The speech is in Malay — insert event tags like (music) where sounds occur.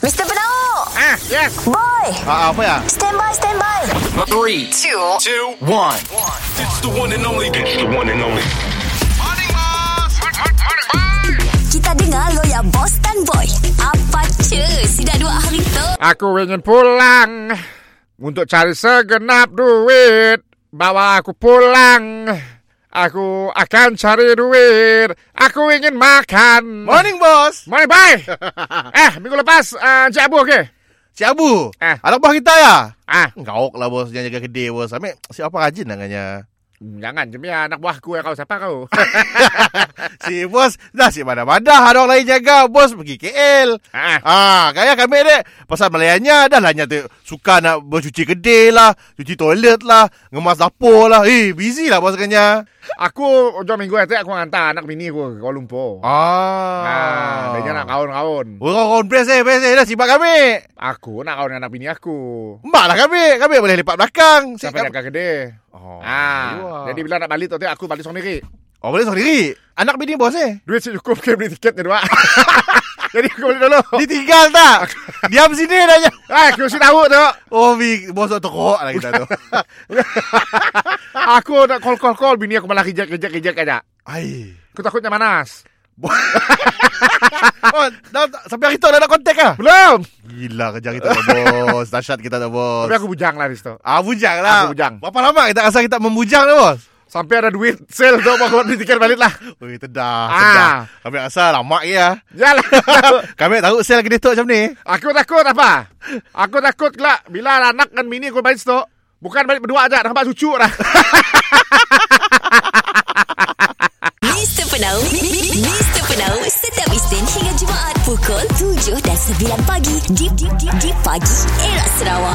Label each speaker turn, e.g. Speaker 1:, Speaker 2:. Speaker 1: Mr. Penau
Speaker 2: Ah, yes.
Speaker 1: Boy
Speaker 2: Ah, apa ya?
Speaker 1: Stand by, stand by
Speaker 3: Three, two, two, one.
Speaker 4: It's the one and only. It's the one and only.
Speaker 1: Kita dengar lo ya boss dan boy Apa cuy Si dah dua hari tu
Speaker 2: Aku ingin pulang untuk cari segenap duit. Bawa aku pulang. Aku akan cari duit. Aku ingin makan.
Speaker 5: Morning bos.
Speaker 2: Morning, (laughs) bye. eh, minggu lepas uh, Encik Abu okey?
Speaker 5: Si Abu.
Speaker 2: Ah.
Speaker 5: Anak buah kita ya.
Speaker 2: Ah,
Speaker 5: Gauk lah bos jangan jaga kedai bos. Ambil siapa rajin lah dengannya.
Speaker 2: hmm, jangan jemia anak buahku ya kau siapa kau? (laughs)
Speaker 5: si bos dah si badah-badah ada orang lain jaga bos pergi KL.
Speaker 2: ah,
Speaker 5: Ah, kaya kami dek pasal Melayanya dah lah nyata suka nak bercuci kedai lah, cuci toilet lah, ngemas dapur lah. Eh, busy lah bos kanya.
Speaker 2: aku jom minggu itu aku hantar anak bini aku ke Kuala Lumpur. Ah, dia nak kawan-kawan.
Speaker 5: Ha. Orang-orang best eh, best eh. Dah sibak kami.
Speaker 2: Aku nak kawan dengan anak bini aku.
Speaker 5: Mak lah kami. Kami boleh lepak belakang. Si
Speaker 2: Sampai
Speaker 5: kami-
Speaker 2: dekat kedai.
Speaker 5: Oh,
Speaker 2: Ah,
Speaker 5: jadi
Speaker 2: jadi bila nak balik tu aku balik sendiri.
Speaker 5: oh, boleh seorang diri. Anak bini bos eh.
Speaker 2: Duit si cukup ke beli tiket ni dua. Jadi aku beli dulu.
Speaker 5: Ditinggal (laughs) tak? Diam sini dah je.
Speaker 2: Ah, aku si tahu tu.
Speaker 5: Oh, Vic, bos tu teruk lah kita tu.
Speaker 2: (laughs) Aku nak call call call bini aku malah kejak kejak kejak aja.
Speaker 5: (laughs) Ai.
Speaker 2: Aku takutnya manas.
Speaker 5: Oh, dah, sampai hari tu dah nak kontak ah.
Speaker 2: Belum.
Speaker 5: Gila kerja kita tu bos. Dahsyat kita tu bos.
Speaker 2: Tapi aku bujang lah di situ.
Speaker 5: Ah, bujang lah.
Speaker 2: Aku bujang.
Speaker 5: Berapa lama kita rasa kita membujang tu bos?
Speaker 2: Sampai ada duit sale tu aku beli tiket balik lah.
Speaker 5: Oi, tedah,
Speaker 2: Ah.
Speaker 5: tedah. Kami rasa lama ke (laughs) ya.
Speaker 2: Jalan.
Speaker 5: (laughs) Kami tahu sel kedai tu macam ni.
Speaker 2: aku takut apa? Aku takut kelak bila ada anak dan bini aku balik situ. Bukan balik berdua aja, nampak cucu lah. dah.
Speaker 1: Mr. Penau Mi- Mi- Mi- Mr. Penau Setiap Isnin hingga Jumaat Pukul 7 dan 9 pagi Di, di, di, di pagi Era Sarawak